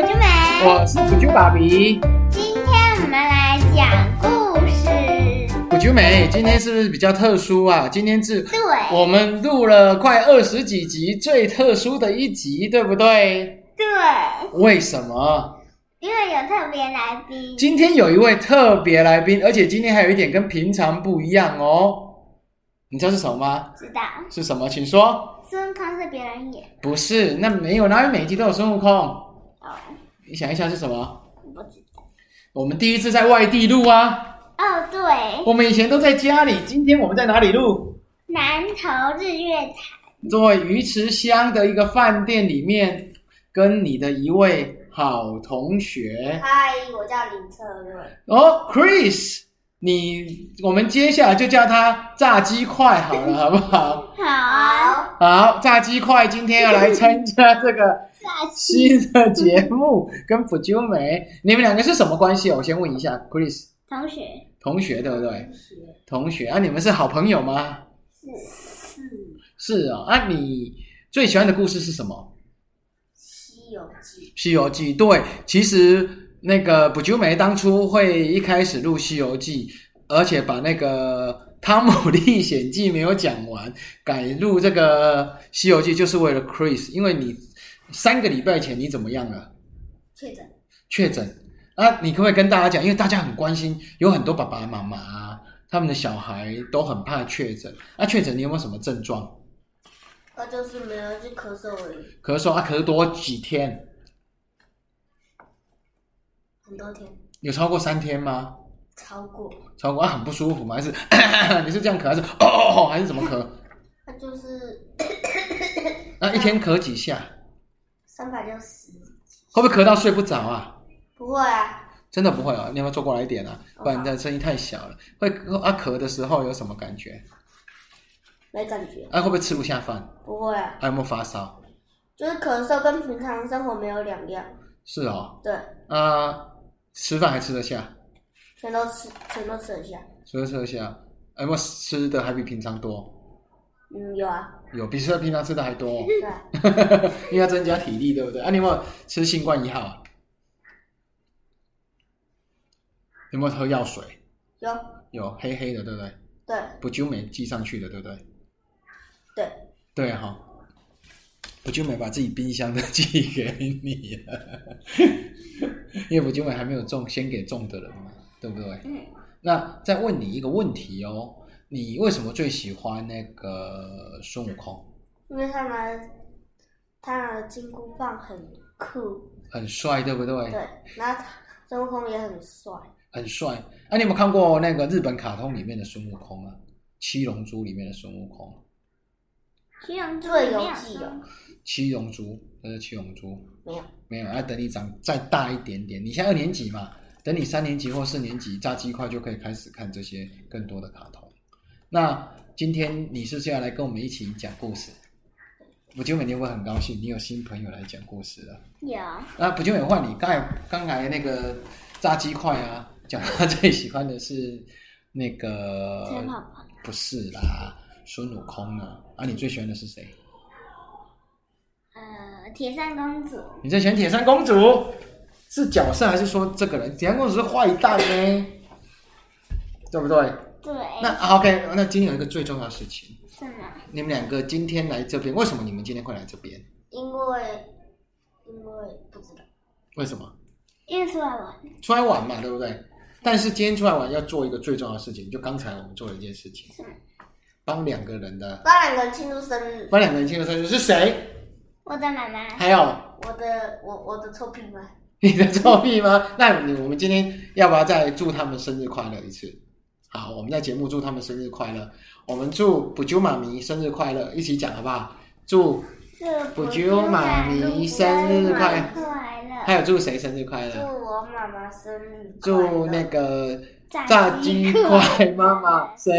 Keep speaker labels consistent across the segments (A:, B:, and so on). A: 我是腐九爸比，
B: 今天我们来讲故事。
A: 腐九美，今天是不是比较特殊啊？今天是
B: 对，
A: 我们录了快二十几集最特殊的一集，对不对？
B: 对，
A: 为什么？
B: 因为有特别来宾，
A: 今天有一位特别来宾，而且今天还有一点跟平常不一样哦。你知道是什么吗？
B: 知道
A: 是什么？请说。
B: 孙悟空是别人演
A: 不是，那没有，哪有每一集都有孙悟空？
B: 哦，
A: 你想一下是什么？
B: 我不知道。
A: 我们第一次在外地录啊，
B: 哦，对，
A: 我们以前都在家里，今天我们在哪里录？
B: 南头日月潭，
A: 在鱼池乡的一个饭店里面，跟你的一位好同学
B: 嗨，我叫林策瑞。
A: 哦，Chris，你我们接下来就叫他炸鸡块好了，好不 好？
B: 好啊，
A: 好，炸鸡块今天要来参加这个
B: 下期
A: 新的节目，跟普鸠美，你们两个是什么关系啊？我先问一下，Chris
B: 同学
A: 同学对不对？同学啊，你们是好朋友吗？
B: 是是
A: 是啊，啊，你最喜欢的故事是什么？
B: 西游记，
A: 《西游记》对，其实那个卜久美当初会一开始录《西游记》，而且把那个《汤姆 历险记》没有讲完，改录这个《西游记》，就是为了 Chris，因为你三个礼拜前你怎么样了？
B: 确诊
A: 确诊啊？你可不可以跟大家讲？因为大家很关心，有很多爸爸妈妈啊他们的小孩都很怕确诊。啊，确诊你有没有什么症状？
B: 我就是没有去咳嗽而已，
A: 咳嗽啊，咳多几天？
B: 很多天
A: 有超过三天吗？
B: 超过，
A: 超过、啊、很不舒服吗？还是 你是这样咳，还是 哦哦哦，还是怎么咳？
B: 它就是
A: 那、一天咳几下，
B: 三百六十，
A: 会不会咳到睡不着啊？
B: 不会啊，
A: 真的不会啊，你要不要坐过来一点啊？不然你的声音太小了。会啊咳的时候有什么感觉？
B: 没感觉，
A: 啊会不会吃不下饭？
B: 不会啊。
A: 啊有没有发烧？
B: 就是咳嗽跟平常生活没有两样，
A: 是哦，
B: 对，
A: 啊、吃饭还吃得下，
B: 全都吃，全都吃得下。
A: 除了吃得下，啊有没有吃的还比平常多？
B: 嗯，有啊，
A: 有，比吃平常吃的还多、哦，
B: 对啊，
A: 因为要增加体力，对不对？啊，你有没有吃新冠一号啊？有没有喝药水？
B: 有，
A: 有黑黑的，对不对？
B: 对
A: 不就美寄上去的，对不对？
B: 对，
A: 对啊哈、不就美把自己冰箱的寄给你了， 因为不就美还没有中，先给中的人嘛，对不对？
B: 嗯，
A: 那再问你一个问题哦，你为什么最喜欢那个孙悟空？
B: 因为他拿他拿的金箍棒很酷，
A: 很帅，对不对？
B: 对，然后他孙悟空也很帅，
A: 很帅。啊，你有没有看过那个日本卡通里面的孙悟空啊？七龙珠里面的孙悟空，啊
B: 七龙珠最有记有
A: 七龙珠，那是七龙珠。
B: 没有？
A: 没有，要啊等你长再大一点点。你现在二年级嘛，等你三年级或四年级，炸鸡块就可以开始看这些更多的卡通。那今天你是不是要来跟我们一起讲故事？我就每天会很高兴，你有新朋友来讲故事了。
B: 有，
A: 那不就美换你？刚才刚才那个炸鸡块啊，讲他最喜欢的是那个
B: 天宝宝
A: 不是啦，孙悟空啊。啊，你最喜欢的是谁？
B: 呃，铁扇公主，
A: 你在选铁扇公主是角色还是说这个人？铁扇公主是坏蛋呢，对不对？
C: 哎
B: 对，
A: 那啊 OK，那今天有一个最重要的事情，
B: 是吗？
A: 你们两个今天来这边，为什么你们今天会来这边？
B: 因为因为不知道，
A: 为什么？
B: 因为出来玩，
A: 出来玩嘛，对不对？但是今天出来玩要做一个最重要的事情，就刚才我们做了一件事情
B: 是吗，
A: 帮两个人的，
B: 帮两个人庆祝生日，
A: 帮两个人庆祝生日是谁？
B: 我的妈妈，
A: 还有
B: 我的我我的臭屁吗？
A: 你的作弊吗？那你我们今天要不要再祝他们生日快乐一次？好，我们在节目祝他们生日快乐，我们祝补救妈咪生日快乐，一起讲好不好？祝
B: 祝
A: 不就妈咪生日快还
B: 乐！
A: 有祝谁生日快
B: 祝
A: 乐？
B: 我妈妈生日快乐！
A: 祝那个炸
B: 炸
A: 鸡块妈妈生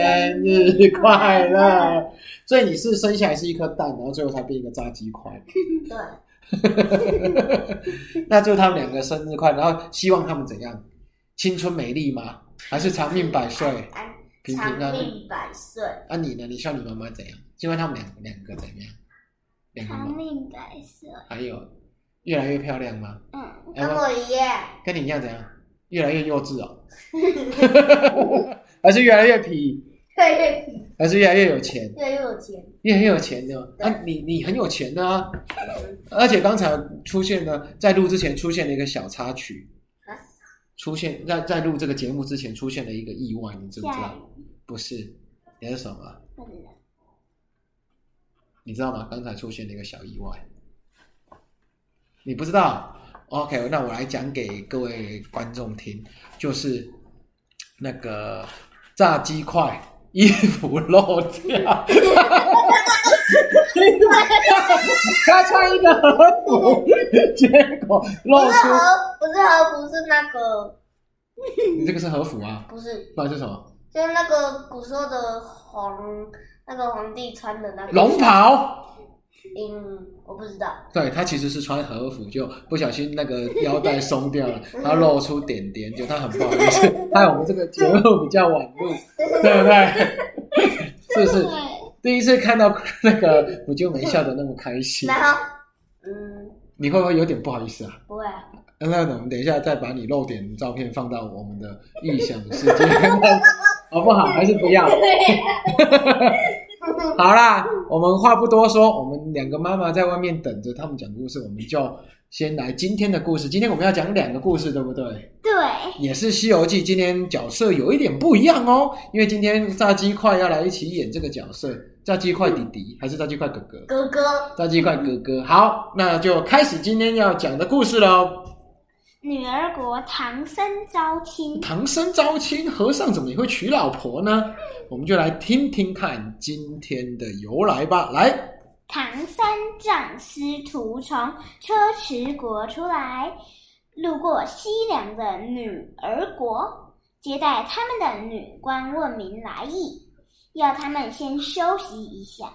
A: 日快乐！所以你是生下来是一颗蛋，然后最后才变一个炸鸡块。
B: 对，
A: 那祝他们两个生日快乐，然后希望他们怎样？青春美丽吗？还是长命百岁？
B: 安
A: 平平安安
B: 长命百岁，
A: 啊，你呢？你像你妈妈怎样？希望他们两两个怎么样？两个
B: 长
A: 吗？
B: 命百岁，
A: 还有越来越漂亮吗？
B: 嗯，
A: 哎
B: 跟
A: 我
B: 我一样。
A: 跟你一样怎样？越来越幼稚 哦，还是越来越皮，
B: 越来越皮，
A: 还是越来越有钱？
B: 越来越有钱。
A: 你很有钱的啊，你你很有钱的啊，而且刚才出现呢，在录之前出现了一个小插曲
B: 啊，
A: 出现在在录这个节目之前出现了一个意外，你知不知
B: 下
A: 道？
B: 雨，
A: 不是，那是什么？
B: 很冷。
A: 你知道吗？刚才出现了一个小意外，你不知道？OK，那我来讲给各位观众听，就是那个炸鸡块衣服漏 掉，他穿一个和服，结果
B: 不
A: 露
B: 是
A: 出
B: 和，不是和，不是那个，
A: 你这个是和服啊，
B: 不是，
A: 不然是什么？
B: 就是那个古时候的皇，那个皇帝穿的那个
A: 龙。袍。
B: 嗯，我不知道。
A: 对他其实是穿和服，就不小心那个腰带松掉了，然后露出点点，就他很不好意思， 害我们这个节目比较晚录， 对不对？ 是不是第一次看到那个我就没笑得那么开心？
B: 然后，嗯，
A: 你会不会有点不好意思啊？
B: 不会啊，
A: 那我们等一下再把你露点的照片放到我们的异想世界，好不好？还是不要？好啦，我们话不多说，我们两个妈妈在外面等着他们讲故事，我们就先来今天的故事。今天我们要讲两个故事，对不对？
B: 对，
A: 也是《西游记》，今天角色有一点不一样哦，因为今天炸鸡块要来一起演这个角色，炸鸡块弟弟还是炸鸡块哥哥？
B: 哥哥，
A: 炸鸡块哥哥。好，那就开始今天要讲的故事喽。
B: 女儿国唐僧招亲，
A: 唐僧招亲，和尚怎么也会娶老婆呢？我们就来听听看今天的由来吧。来。
C: 唐三藏师徒从车迟国出来，路过西凉的女儿国，接待他们的女官问明来意，要他们先休息一下，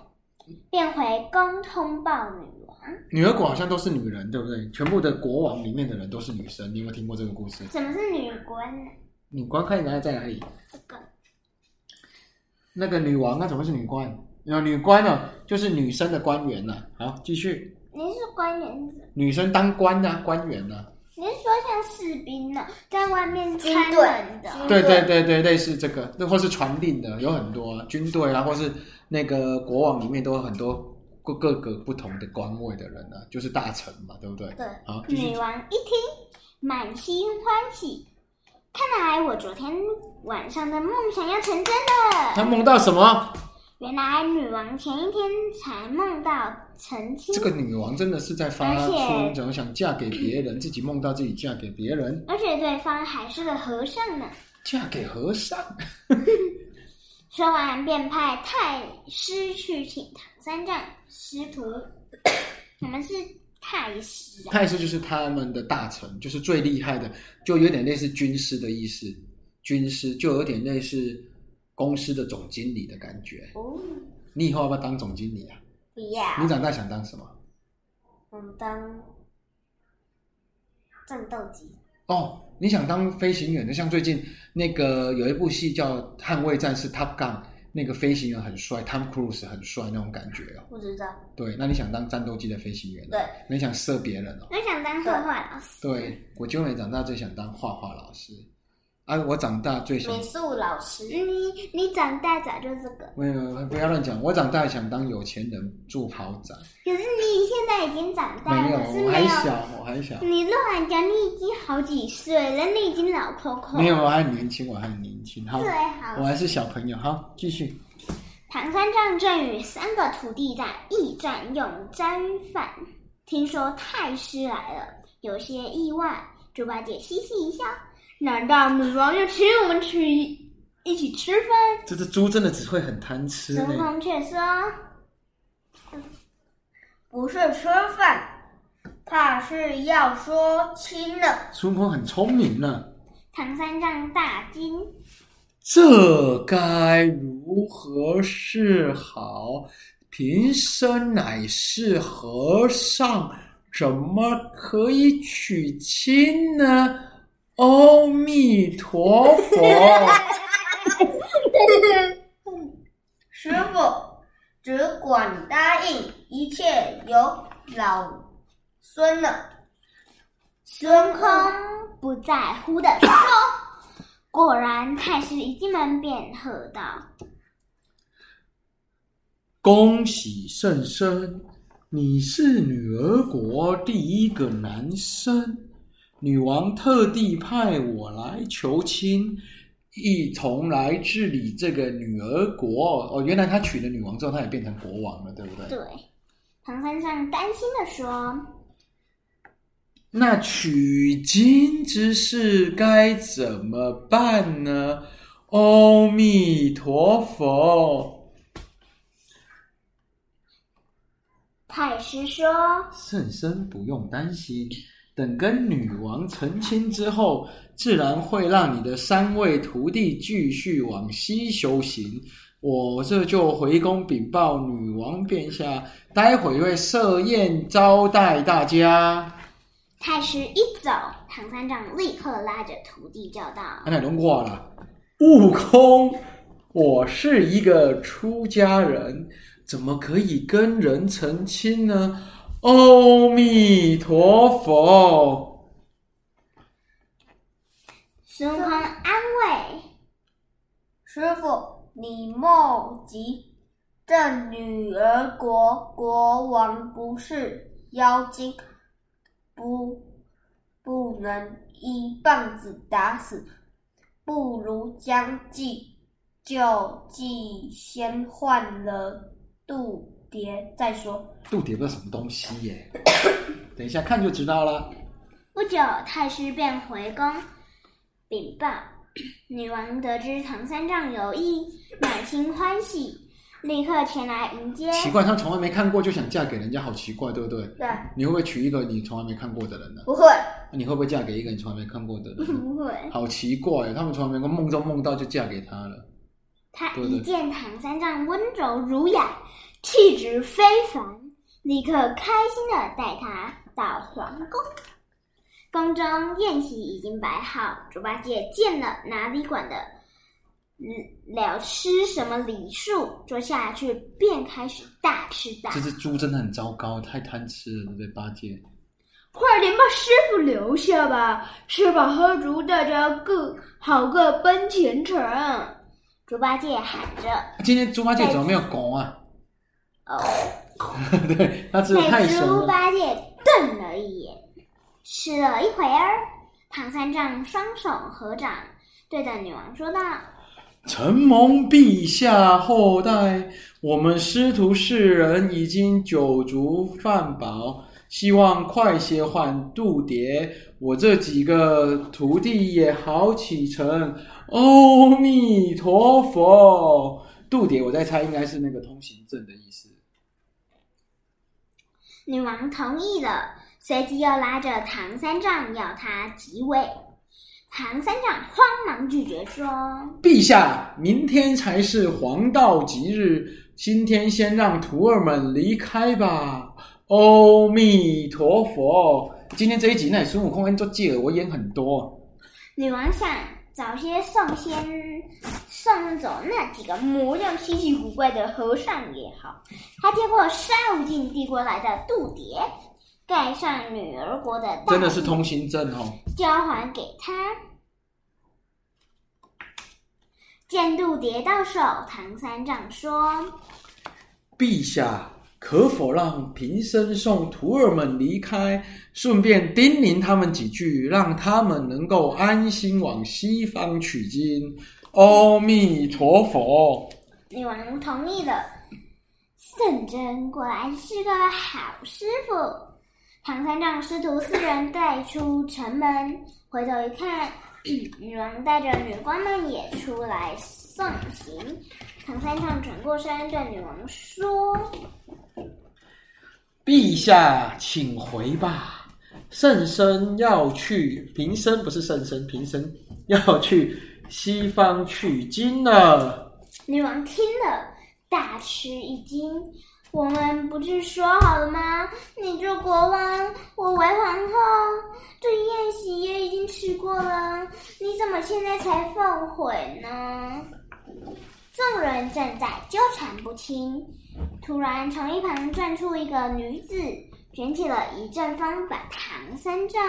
C: 便回宫通报女王。
A: 女儿国好像都是女人，对不对？全部的国王里面的人都是女生，你有没有听过这个故事？
C: 什么是女官呢？
A: 女官看起来在哪里？
C: 这个
A: 那个女王那啊怎么是女官？有女官哦，就是女生的官员呐、好，继续，
C: 您是官员是什么？
A: 女生当官呐、啊官员呐、
C: 您是说像士兵呢，在外面
B: 军
C: 看
B: 队
C: 门的？
A: 对对对
B: 对
A: 对，类似这个，那或是传令的有很多、啊，军队啊，或是那个国王里面都有很多各各个不同的官位的人啊，就是大臣嘛，对不对？
B: 对
A: 好，继续
C: 女，王一听，满心欢喜，看来我昨天晚上的梦想要成真了。
A: 他梦到什么？
C: 原来女王前一天才梦到成亲，
A: 这个女王真的是在发
C: 而且
A: 出怎么想嫁给别人，自己梦到自己嫁给别人，
C: 而且对方还是个和尚呢。
A: 嫁给和尚。
C: 说完便派太师去请唐三藏师徒，我们是太师啊，
A: 太师就是他们的大臣，就是最厉害的，就有点类似军师的意思，军师就有点类似公司的总经理的感觉。
B: 哦，
A: 你以后要不要当总经理啊？
B: 不要，
A: 你长大想当什么？
B: 嗯，当战斗机，
A: 哦，你想当飞行员的，像最近那个有一部戏叫《捍卫战士》（Top Gun），那个飞行员很帅，Tom Cruise 很帅那种感觉哦。
B: 不知道，
A: 对，那你想当战斗机的飞行员、哦？
B: 对，
A: 你想射别人哦？
C: 我想当画画老师。
A: 对，我就没长大最想当画画老师，啊，我长大最想
B: 美术老师，
C: 你你长大早就这个，
A: 没有，不要乱讲。我长大想当有钱人，住豪宅。
C: 可是你现在已经长大
A: 没有
C: 了，可，是
A: 我
C: 没
A: 还
C: 有
A: 小，我还小。
C: 你乱讲，你已经好几岁了，你已经老扣扣。
A: 没有，我还很年轻，我还很年轻。好，
C: 最好
A: 我还是小朋友。好，继续。
C: 唐三藏正与三个徒弟在驿站用斋饭，听说太师来了，有些意外。猪八戒嘻嘻一笑，难道女王要请我们去一起吃饭？
A: 这只猪真的只会很贪吃
C: 孙悟
A: 呢。
C: 空却说
B: 不是吃饭，怕是要说亲了。
A: 孙悟空很聪明呢，：“
C: 唐三藏大惊，
A: 这该如何是好？贫僧乃是和尚，怎么可以娶亲呢？阿弥陀佛。
B: 师傅只管答应，一切由老孙了。
C: 孙空不在乎的说：“果然，太师一进门便喝道
A: 恭喜甚生，你是女儿国第一个男生，女王特地派我来求亲，一同来治理这个女儿国。哦，原来他娶了女王之后，他也变成国王了，对不：“对？
C: 对。”唐三藏担心的说
A: 那取经之事该怎么办呢？阿弥陀佛，：“
C: 太师说，
A: 圣僧不用担心。等跟女王成亲之后，自然会让你的三位徒弟继续往西修行。我这就回宫禀报女王殿下，待会会设宴招待大家。
C: 太师一走，唐三藏立刻拉着徒弟叫道：‘
A: 安乃龙挂了。悟空，我是一个出家人，怎么可以跟人成亲呢？阿弥陀佛，
C: 孙悟空安慰。
B: 师傅，你莫急，这女儿国国王不是妖精，不不能一棒子打死，不如将计就计，先换了渡蝶再说。
A: 度蝶个什么东西耶？ 等一下看就知道了。
C: 不久，太师便回宫禀报。 女王得知唐三藏有意，满心欢喜，立刻前来迎接。
A: 奇怪，他从来没看过就想嫁给人家，好奇怪，对不对？
B: 对，
A: 你会不会娶一个你从来没看过的人呢、
B: 不会，
A: 你会不会嫁给一个你从来没看过的人呢？
C: 不会，
A: 好奇怪，他们从来没过梦中梦到就嫁给他了。
C: 他
A: 对对
C: 一见唐三藏温柔儒雅，气质非凡，立刻开心的带他到皇宫。宫中宴席已经摆好，猪八戒见了哪里管得了吃什么礼数，坐下去便开始大吃大喝
A: 这。只猪真的很糟糕，太贪吃了，对不对？八戒。
D: 快点把师傅留下吧，吃饱喝足，大家各好各奔前程。
C: 猪八戒喊着
A: 啊今天猪八戒怎么没有拱啊？
C: 哦，
A: 对，他吃的太
C: 被
A: 神
C: 猪
A: 了。
C: 八戒瞪了一眼。吃了一会儿，唐三藏双手合掌，对着女王说道
A: 承蒙陛下厚待，我们师徒四人已经酒足饭饱，希望快些换渡牒。我这几个徒弟也好启程。阿弥陀佛，渡牒我在猜应该是那个通行证的意思。：“
C: 女王同意了。”随即又拉着唐三藏要他即位。唐三藏慌忙拒绝说
A: 陛下，明天才是黄道吉日，今天先让徒儿们离开吧。阿弥陀佛。今天这一集那孙悟空跟做借我演很多，：“
C: 女王想早些送先送走那几个模样稀奇古怪的和尚也好。”他接过沙悟净递过来的度牒，盖上女儿国的大
A: 真的是通行证哦。
C: 交还给他。见度牒到手，唐三藏说
A: 陛下，可否让贫僧送徒儿们离开，顺便叮咛他们几句，让他们能够安心往西方取经？阿弥陀佛。：“
C: 女王同意了。”圣真果然是个好师傅。唐三藏师徒四人带出城门，回头一看， 女王带着女官们也出来送行。唐三藏转过身对女王说
A: 陛下，请回吧。圣僧要去，贫僧不是圣僧，贫僧要去西方取经了。：“
C: 女王听了，大吃一惊。我们不是说好了吗？你做国王，我为皇后。这宴席也已经吃过了，你怎么现在才后悔呢？”众人正在纠缠不清，突然从一旁转出一个女子，卷起了一阵风，把唐三藏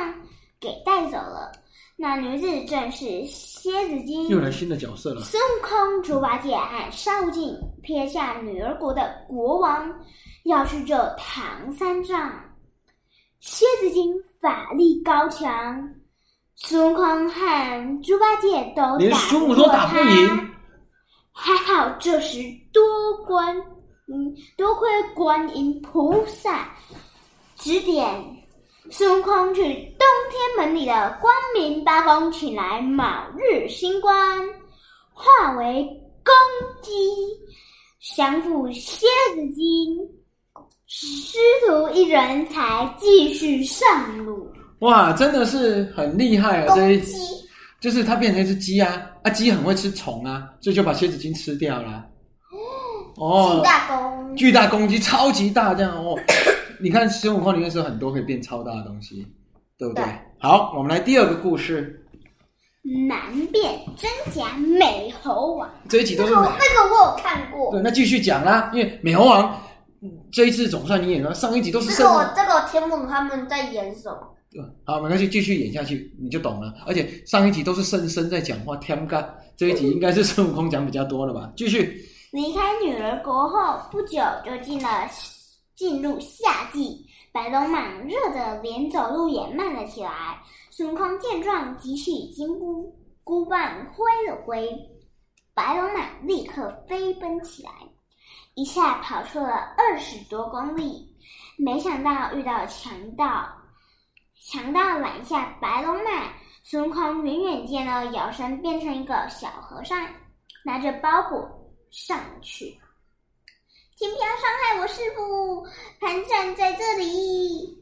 C: 给带走了。那女子正是蝎子精
A: 又来新的角色了。
C: 孙悟空、猪八戒和沙悟净撇下女儿国的国王，要去救唐三藏。蝎子精法力高强，孙悟空和猪八戒都
A: 连
C: 打
A: 孙
C: 嗯不
A: 悟都
C: 过
A: 打不
C: 他
A: 赢。
C: 还好这时多关，嗯，多亏观音菩萨指点，孙悟空去东天门里的光明八宫请来卯日星官，化为公鸡，降服蝎子精，师徒一人才继续上路。
A: 哇，真的是很厉害啊！这
C: 公
A: 一
C: 鸡
A: 就是它变成一只鸡啊，啊，鸡很会吃虫啊，所以就把蝎子精吃掉了。哦，
B: 巨大功，
A: 巨大公鸡，超级大这样哦。 你看孙悟空里面是有很多可以变超大的东西，对不对？
B: 对
A: 好，我们来第二个故事，
C: 难辨真假美猴王，
A: 这一集都
B: 那
A: 是
B: 个
A: 美
B: 那个我有看过，
A: 对，那继续讲啦，因为美猴王嗯这一次总算你演了，上一集都是
B: 这
A: 圣
B: 个我这个我听不懂他们在演什么。
A: 对好，没关系，继续演下去你就懂了。而且上一集都是圣僧在讲话，天干这一集应该是孙悟空讲比较多了吧？继续，
C: 离开女儿国后不久就进了进入夏季，白龙马热得连走路也慢了起来。孙悟空见状，举起金箍箍棒挥了挥，白龙马立刻飞奔起来，一下跑出了二十多公里。没想到遇到强盗，强盗拦下白龙马。孙悟空远远见到摇身变成一个小和尚，拿着包裹上去，请不要伤害我师傅，盘站在这里。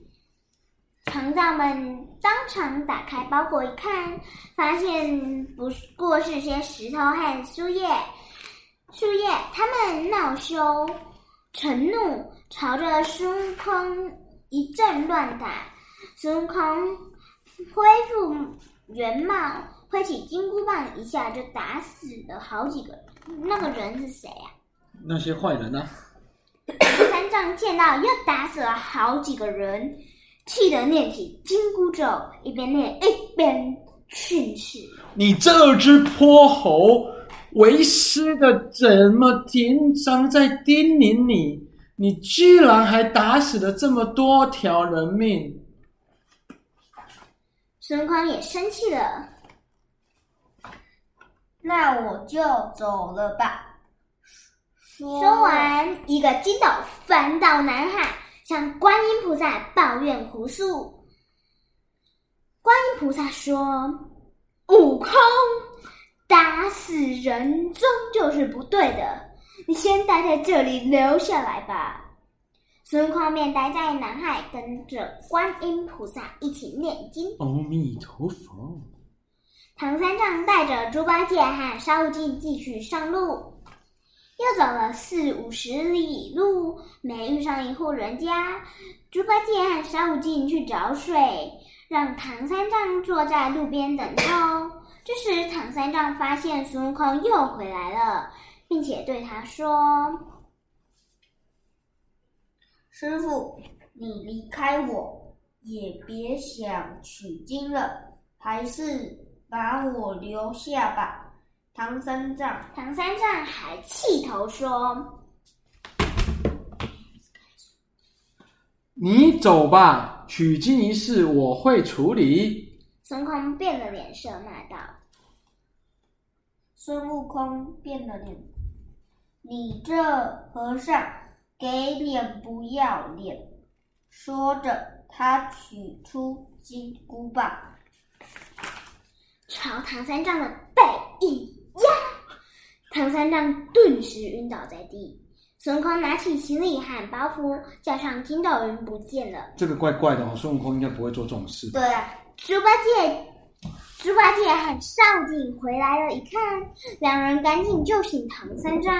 C: 强盗们当场打开包裹一看，发现不过是些石头和树叶，树叶他们恼羞成怒，朝着孙悟空一阵乱打。孙悟空恢复原貌，挥起金箍棒，一下就打死了好几个人。那个人是谁啊？
A: 那些坏人呢、啊
C: 三藏见到又打死了好几个人，气得念起金箍咒，一边念一边训斥。
A: 你这只泼猴，为师的怎么平常在叮咛你，你居然还打死了这么多条人命？
C: 孙悟空也生气了，
B: 那我就走了吧。说
C: 说完，一个筋斗翻到南海，向观音菩萨抱怨哭诉。观音菩萨说：“悟空，打死人终究是不对的，你先待在这里留下来吧。”孙悟空便待在南海，跟着观音菩萨一起念经。
A: 阿弥陀佛，
C: 唐三藏带着猪八戒和沙悟净继续上路，又走了四五十里路，没遇上一户人家。猪八戒和沙悟净去找水，让唐三藏坐在路边等候。这时，唐三藏发现孙悟空又回来了，并且对他说
B: 师傅，你离开我，也别想取经了，还是把我留下吧。唐三藏，：“
C: 唐三藏还气头说，
A: 你走吧，取经一事我会处理。
C: 孙悟空变了脸色，骂道：‘
B: 孙悟空变了脸，你这和尚给脸不要脸！说着，他取出金箍棒，
C: 朝唐三藏的背一压，唐三藏顿时晕倒在地。孙悟空拿起行李和包袱，加上筋斗云不见了。
A: 这个怪怪的哦，孙悟空应该不会做这种事。
B: 对啊，
C: 猪八戒，猪八戒和沙悟净回来了，一看，两人赶紧救醒唐三藏。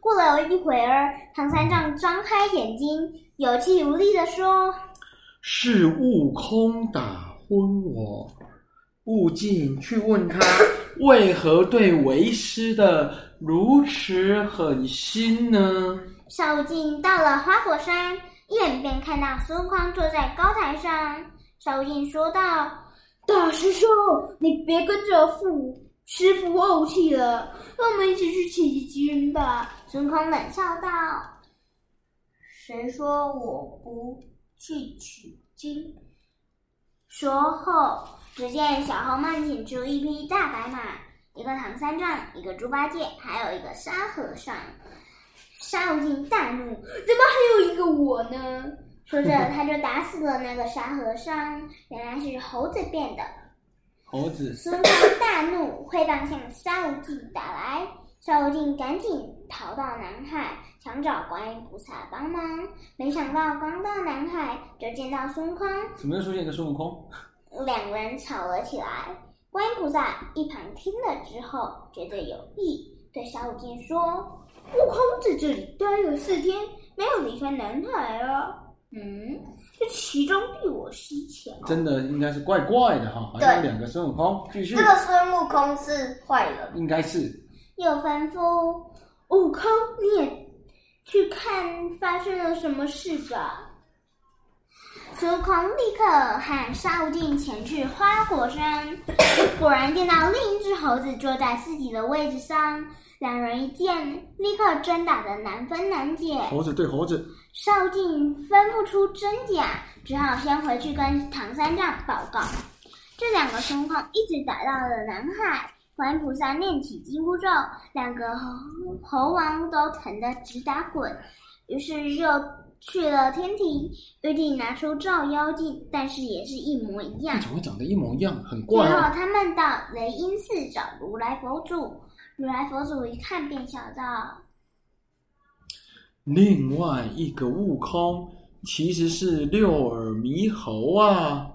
C: 过了一会儿，唐三藏张开眼睛，有气无力地说
A: 是悟空打昏我，悟净去问他为何对为师的如此狠心呢？：“
C: 沙悟净到了花果山，一眼便看到孙悟空坐在高台上。”沙悟净说道：“
D: 大师兄，你别跟着父师傅怄气了，让我们一起去取吉人吧。
C: 孙空冷笑道。
B: 谁说我不去取经？
C: 说后，只见小红帽请出一匹大白马，一个唐三藏，一个猪八戒，还有一个沙和尚。沙悟净大怒，
D: 怎么还有一个我呢？
C: 说着他就打死了那个沙和尚，原来是猴子变的。
A: 猴子
C: 孙空大怒，挥棒向沙悟净打来。沙悟净赶紧逃到南海，想找观音菩萨帮忙。没想到刚到南海，就见到孙空，
A: 怎么又出现一个孙悟空？
C: 两人吵了起来。观音菩萨一旁听了之后，觉得有意，对沙悟净说
D: 悟空在这里待了四天，没有离开南海啊。：“
C: 嗯，
D: 这其中必有蹊跷。
A: 真的应该是怪怪的哈，好像有两个孙悟空。”继续
B: 这，个孙悟空是坏人，
A: 应该是
C: 又吩咐
D: 悟空，你也去看发生了什么事吧。
C: 孙悟空立刻喊沙悟净前去花果山，果然见到另一只猴子坐在自己的位置上，两人一见，立刻真打得难分难解。
A: 猴子对猴子，
C: 沙悟净分不出真假，只好先回去跟唐三藏报告。这两个孙悟空一直打到了南海，观音菩萨念起紧箍咒，两个猴猴王都疼得直打滚。于是又去了天庭，玉帝拿出照妖镜，但是也是一模一样。
A: 怎么长得一模一样，很
C: 最
A: 怪
B: 啊
C: 后
A: 哦。
C: 他们到雷音寺找如来佛祖，如来佛祖一看便晓道。
A: 另外一个悟空其实是六耳猕猴啊，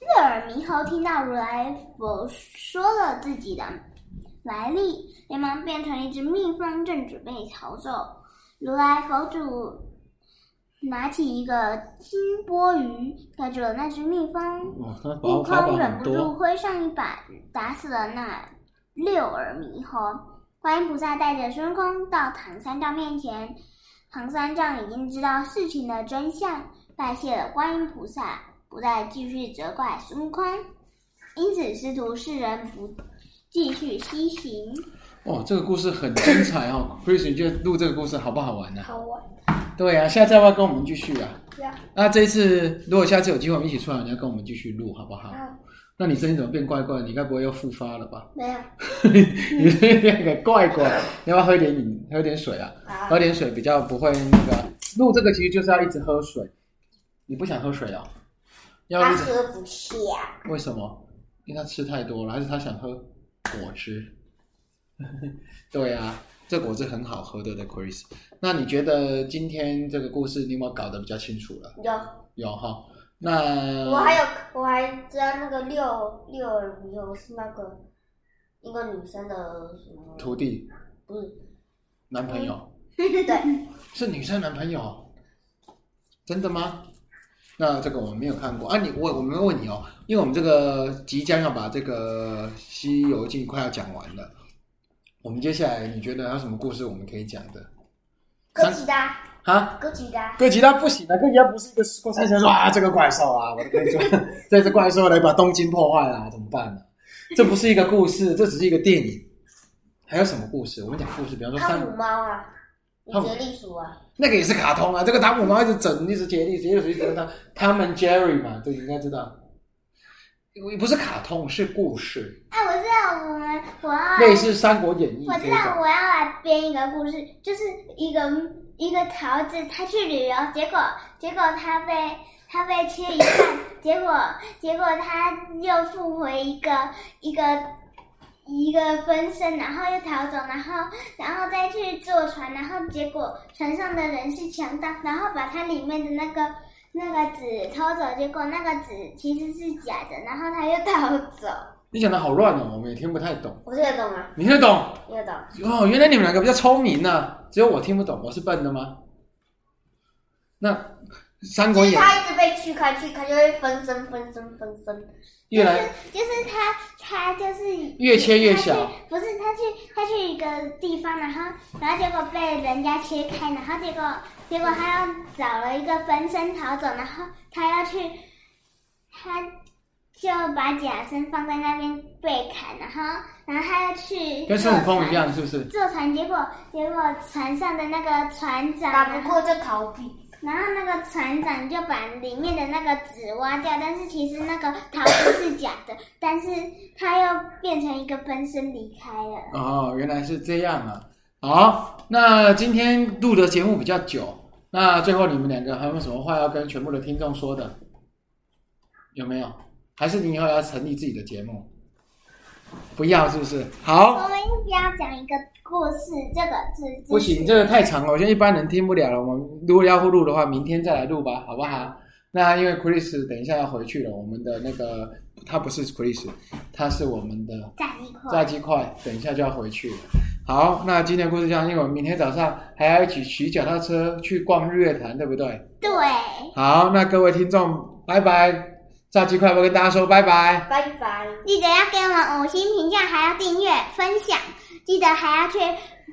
C: 六耳猕猴听到如来佛说了自己的来历，连忙变成一只蜜蜂，正准备逃走。如来佛祖拿起一个金钵盂，盖住了那只蜜蜂。
A: 哇，他
C: 悟
A: 把法宝
C: 空忍
A: 很
C: 不住
A: 多，
C: 挥上一把，打死了那六耳猕猴。观音菩萨带着孙悟空到唐三藏面前，唐三藏已经知道事情的真相，拜谢了观音菩萨，不再继续责怪孙悟空。因此，师徒四人不继续西行。
A: 哇，这个故事很精彩 哦。Chris，你觉得录这个故事好不好玩呢、
B: 好玩
A: 对啊，下次要不要跟我们继续啊？
B: 呀！
A: 那这一次如果下次有机会我们一起出来，你要跟我们继续录好不好？
B: 啊，
A: 那你声音怎么变怪怪？你该不会又复发了吧？
B: 没有
A: 你这变个怪怪，你要不要喝一点饮，喝点水啊？
B: 啊
A: 喝，点水比较不会那个。录这个其实就是要一直喝水，你不想喝水啊？要
B: 他
A: 一直
B: 喝不啊下，
A: 为什么？因为他吃太多了，还是他想喝果汁？ 对啊，这果汁很好喝，对不对，Chris？那你觉得今天这个故事你有没有搞得比较清楚了？
B: 有
A: 有哈？那
B: 我还有我还知道那个六六耳猕猴是那个一个女生的什么？
A: 徒弟
B: 不是，
A: 男朋友。
B: 对，
A: 是女生男朋友，真的吗？那这个我们没有看过啊！你我我没有问你哦，因为我们这个即将要把这个《西游记》快要讲完了，我们接下来你觉得还有什么故事我们可以讲的？
B: 哥吉拉，
A: 啊，
B: 哥吉拉，
A: 哥吉拉不行啊！哥吉拉不是一个怪兽，想说啊，这个怪兽啊，我的跟你说， 这只怪兽来把东京破坏了、啊怎么办呢、这不是一个故事，这只是一个电影。还有什么故事？我们讲故事，比方说
B: 汤
A: 三
B: 姆猫啊，
A: 汤姆
B: 杰利鼠啊，
A: 那个也是卡通啊，这个汤姆猫一直整，一直接力，接力，一直他他们 Jerry 嘛，这你应该知道，不是卡通，是故事，
C: 哎，我知道，我们我要来
A: 类似《三国演义
C: 我》
A: 这
C: 知道
A: 种。
C: 我要来编一个故事，就是一个一个桃子，它去旅游，结果结果它被它被切一半，结果结果它又复回一个一个一个分身，然后又逃走，然后然后再去坐船，然后结果船上的人是强盗，然后把它里面的那个。那个纸偷走，结果那个纸其实是假的，然后他又逃走。
A: 你讲的好乱哦，我们也听不太懂。
B: 我听得懂吗？
A: 你听得懂
B: 听得懂。
A: 哦？原来你们两个比较聪明呢、只有我听不懂，我是笨的吗？那《三国
B: 就是
A: 演
B: 它一直被锯开，锯开就会分身，分身，分身。
A: 越来
C: 就是他，他就是
A: 越切越小
C: 他去不是，他去他去一个地方，然后然后结果被人家切开，然后结果结果他又找了一个分身逃走，然后他要去他就把贾森放在那边被砍，然后然后他就去
A: 跟孙悟空一
C: 啊
A: 样，是不是？
C: 坐船，结果结果船上的那个船长，
B: 打不过就逃避，
C: 然后那个船长就把里面的那个纸挖掉，但是其实那个桃子是假的，但是他又变成一个分身离开了。
A: 哦，原来是这样啊。好，那今天录的节目比较久，那最后你们两个还有没有什么话要跟全部的听众说的？有没有？还是你以后要成立自己的节目？不要是不是？好，
C: 我们要不要讲一个故事？这个是
A: 不行，这个太长了，我觉得一般人听不了了。我们如果要录的话，明天再来录吧，好不好？那因为 Chris 等一下要回去了，我们的那个他不是 Chris，他是我们的
C: 战一块
A: 炸鸡块，等一下就要回去了。好，那今天的故事就这样，因为我们明天早上还要一起骑脚踏车去逛日月潭，对不对？
C: 对，
A: 好，那各位听众，拜拜！炸鸡块，我跟大家说拜拜。
B: 拜拜。
C: 记得要给我们五星评价，还要订阅、分享，记得还要去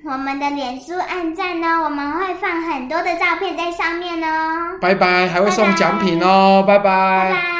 C: 我们的脸书按赞哦，我们会放很多的照片在上面哦。
A: 拜拜，还会送奖品哦，拜拜
C: 拜拜